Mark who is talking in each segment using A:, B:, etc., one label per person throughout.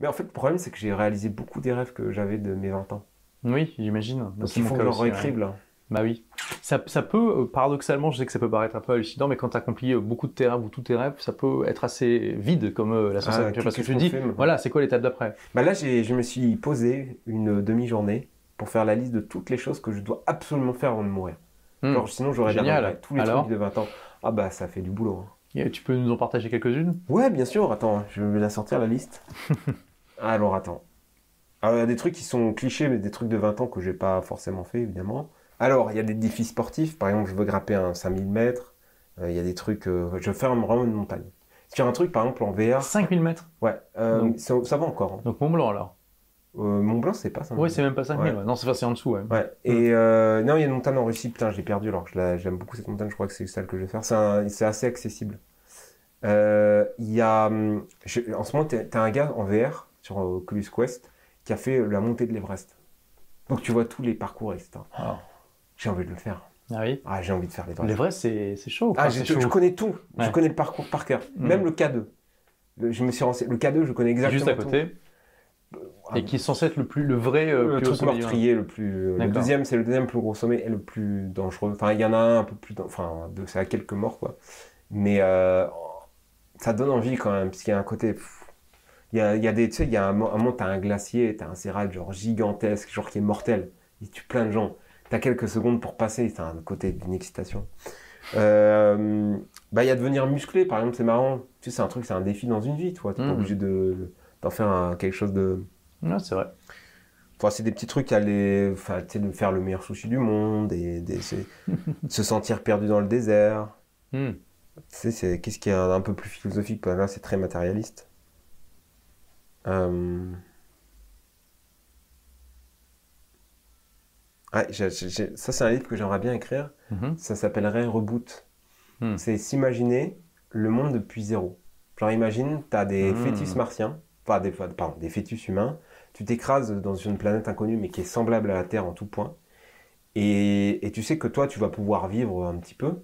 A: Mais en fait, le problème, c'est que j'ai réalisé beaucoup des rêves que j'avais de mes 20 ans.
B: Oui, j'imagine.
A: Donc,
B: C'est
A: ils
B: mon
A: font
B: cas
A: que leur
B: aussi, ouais.
A: écrible. là.
B: Bah oui. Ça, ça peut, euh, paradoxalement, je sais que ça peut paraître un peu hallucinant, mais quand tu accomplis beaucoup de tes rêves ou tous tes rêves, ça peut être assez vide comme euh, la sensation.
A: qu'est-
B: parce que
A: Ah, qu'est-ce
B: tu
A: qu'on
B: dis,
A: fait, maintenant
B: voilà, c'est quoi l'étape d'après
A: Bah là, j'ai- je me suis posé une demi-journée pour faire la liste de toutes les choses que je dois absolument faire avant de mourir.
B: Hmm.
A: Genre, sinon, j'aurais des
B: Génial.
A: regrets. Tous les
B: Alors
A: trucs de 20 ans. Ah bah, ça fait du boulot. hein.
B: Et Tu peux nous en partager quelques-unes
A: Ouais, bien sûr. Attends, je vais la sortir, la liste. Alors, attends. Alors, il y a des trucs qui sont clichés, mais des trucs de 20 ans que j'ai pas forcément fait, évidemment. Alors, il y a des défis sportifs. Par exemple, je veux grimper un 5000 mètres. Euh, Il y a des trucs... euh, je veux faire un run de montagne. Sur un truc, par exemple, en VR...
B: 5000 mètres.
A: Ouais, euh,
B: Donc-
A: ça, ça va encore. hein.
B: Donc Mont Blanc alors.
A: Euh, Mont Blanc, c'est pas ça.
B: Ouais, c'est même pas 5000. ouais. Non, c'est enfin, c'est en dessous, ouais.
A: Ouais. Et euh, non, il y a une montagne en Russie. Putain, j'ai perdu alors que je la- j'aime beaucoup cette montagne. Je crois que c'est celle que je vais faire. C'est un- c'est assez accessible. Euh, Il y a. hum, je- en ce moment, t'as t'as un gars en VR sur euh, Oculus Quest qui a fait la montée de l'Everest. Donc tu vois tous les parcours, etc.
B: Ah.
A: J'ai envie de le faire.
B: Ah oui.
A: Ah, j'ai envie de faire l'Everest.
B: L'Everest, c'est c'est chaud.
A: Ah,
B: quoi,
A: j'ai-
B: c'est
A: je
B: chaud.
A: connais tout. Je
B: Ouais.
A: connais le parcours par cœur.
B: Mhm.
A: Même le K2. Le- Je me suis renseigné. Le K2, je connais exactement.
B: Juste à
A: tout.
B: côté.
A: Ah,
B: Et qui est censé être le plus, le vrai, euh,
A: le
B: plus haut
A: truc
B: sommet du monde.
A: meurtrier le plus euh, le
B: D'accord.
A: deuxième c'est le deuxième plus gros sommet et le plus dangereux enfin il y en a un un peu plus dan- enfin de- c'est à quelques morts quoi mais euh, ça donne envie quand même parce qu'il y a un côté pff, il y a, il y a des tu sais il y a un, mo- un moment t'as un glacier t'as un séral genre gigantesque genre qui est mortel il tue plein de gens t'as quelques secondes pour passer t'as un côté d'une excitation Euh, bah il y a devenir musclé par exemple c'est marrant tu sais c'est un truc c'est un défi dans une vie toi t'es pas
B: Mhm.
A: obligé de d'en faire un- quelque chose de
B: Ouais, Ah, c'est vrai.
A: Enfin, c'est des petits trucs, aller, enfin, tu sais, de faire le meilleur sushi du monde, et, des- c'est- se sentir perdu dans le désert.
B: Hmm.
A: Tu sais, c'est qu'est-ce qui est un, un peu plus philosophique, parce que là, c'est très matérialiste. Euh, ah, j'ai- j'ai- j'ai- ça, c'est un livre que j'aimerais bien écrire.
B: Mhm.
A: Ça s'appellerait Reboot.
B: Hmm.
A: C'est s'imaginer le monde depuis zéro. Genre, imagine, t'as des
B: Hmm.
A: fœtus martiens, pas des, pardon, des fœtus humains, tu t'écrases dans une planète inconnue mais qui est semblable à la Terre en tout point, et, et tu sais que toi, tu vas pouvoir vivre un petit peu,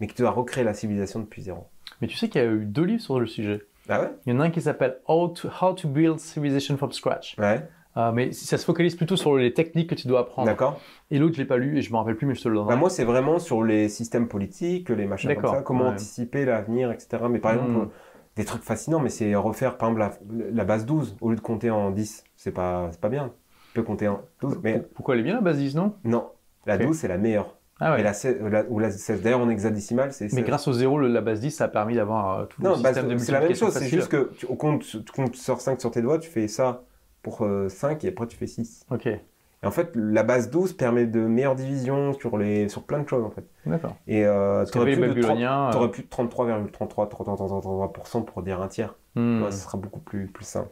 A: mais que tu vas recréer la civilisation depuis zéro.
B: Mais tu sais qu'il y a eu deux livres sur le sujet.
A: Ah ouais
B: Il y en a un qui s'appelle How to, How to Build Civilization from Scratch.
A: Ouais,
B: Ah, mais ça se focalise plutôt sur les techniques que tu dois apprendre.
A: d'accord.
B: Et l'autre, je l'ai pas lu et je me rappelle plus, mais je te le
A: Bah,
B: donnerai.
A: moi, c'est vraiment sur les systèmes politiques, les machins comme
B: D'accord,
A: ça, comment
B: ouais.
A: anticiper l'avenir, etc. Mais par
B: Hmm.
A: exemple, euh, des trucs fascinants, mais c'est refaire, par exemple, la, la base 12, au lieu de compter en 10, c'est pas, c'est pas bien. Tu peux compter en 12, mais
B: Pour- Pourquoi elle est bien la base 10, non
A: non, la
B: Ok.
A: 12, c'est la meilleure.
B: Ah ouais.
A: Et la 16, la- ou la 16, d'ailleurs, en hexadécimal, c'est
B: Mais
A: 16.
B: grâce au zéro, le- la base 10, ça a permis d'avoir euh, tout le
A: Non, bah,
B: système de
A: c'est la même
B: multiplication
A: chose, c'est
B: facile.
A: juste que tu, au compte, tu comptes- tu sors 5 sur tes doigts, tu fais ça pour 5 et après tu fais 6.
B: Ok,
A: Et en fait, la base 12 permet de meilleures divisions sur, les, sur plein de choses en fait.
B: d'accord.
A: Et euh,
B: Parce qu'il y avait
A: t'aurais
B: les
A: plus de 30
B: Babyloniens. euh,
A: t'aurais plus de 33,33 33,33% pour dire un tiers.
B: hmm.
A: Ouais, ce sera beaucoup plus, plus simple.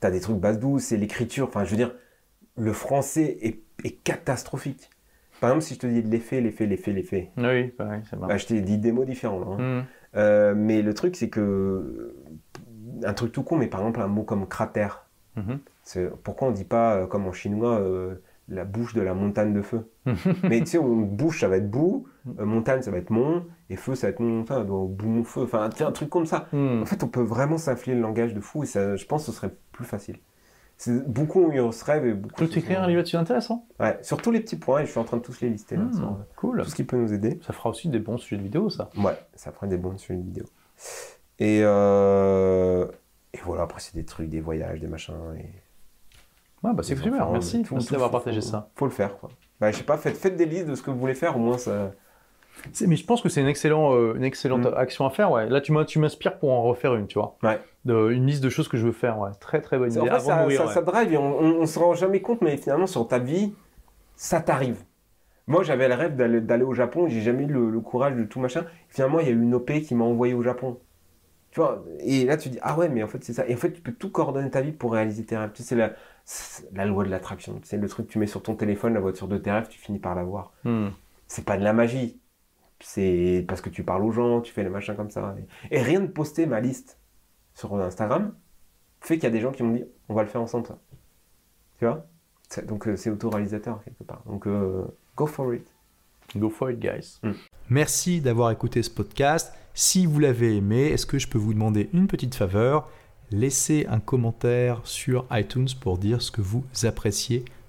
A: T'as des trucs base 12, c'est l'écriture. Enfin, je veux dire, le français est, est catastrophique. Par exemple, si je te dis l'effet, l'effet, l'effet, l'effet,
B: Oui, pareil, c'est marrant.
A: bah, je t'ai dit des mots différents là. hein.
B: Hmm.
A: Euh, mais le truc, c'est que. Un truc tout con, mais par exemple, un mot comme cratère.
B: Mhm.
A: C'est- Pourquoi on dit pas, euh, comme en chinois, euh, la bouche de la montagne de feu Mais tu sais, on- bouche, ça va être boue, euh, montagne, ça va être mont, et feu, ça va être montagne, donc boue, mon feu. Enfin, tu sais, un truc comme ça.
B: Hmm.
A: En fait, on peut vraiment s'infliger le langage de fou, et ça, je pense que ce serait plus facile. C'est- Beaucoup ont eu ce rêve et beaucoup.
B: Tu peux t'écrire un livre là-dessus intéressant
A: Ouais, sur tous les petits points, et je suis en train de tous les lister là.
B: Hmm,
A: sur, euh,
B: Cool.
A: tout ce qui peut nous aider.
B: Ça fera aussi des bons sujets de vidéo, ça.
A: Ouais, ça ferait des bons sur une vidéo. Et, euh, et voilà, après c'est des trucs, des voyages, des machins. Et...
B: Ouais, bah c'est
A: des
B: super,
A: enfants,
B: merci.
A: mais tout-
B: Merci
A: tout,
B: d'avoir
A: faut-
B: partagé
A: faut-
B: ça.
A: Faut le faire quoi. Bah, je sais pas, faites, faites des listes de ce que vous voulez faire, au moins ça.
B: C'est- Mais je pense que c'est une, excellent, euh, une excellente
A: Mm.
B: action à faire. Ouais. Là, tu m'as- tu m'inspires pour en refaire une, tu vois.
A: Ouais.
B: De- une liste de choses que je veux faire. Ouais. Très, très bonne
A: En
B: idée.
A: fait, ça,
B: Avant de mourir.
A: ça-
B: ouais.
A: ça drive et on, on, on se rend jamais compte, mais finalement sur ta vie, ça t'arrive. Moi j'avais le rêve d'aller d'aller au Japon, j'ai jamais eu le, le courage de tout machin. Finalement, il y a eu une OP qui m'a envoyé au Japon. Tu vois, et là tu dis, ah ouais, mais en fait c'est ça. Et en fait, tu peux tout coordonner ta vie pour réaliser tes rêves. Tu sais, c'est la, c'est la loi de l'attraction. C'est le truc que tu mets sur ton téléphone, la voiture de tes rêves, tu finis par l'avoir
B: Mm.
A: c'est pas de la magie. C'est parce que tu parles aux gens, tu fais les machins comme ça. Et, et rien de poster ma liste sur Instagram fait qu'il y a des gens qui m'ont dit on va le faire ensemble, ça. Tu vois C'est- Donc euh, c'est autoréalisateur quelque part. Donc euh, go for it.
B: Go for it, guys.
C: Merci d'avoir écouté ce podcast. Si vous l'avez aimé, est-ce que je peux vous demander une petite faveur laissez un commentaire sur iTunes pour dire ce que vous appréciez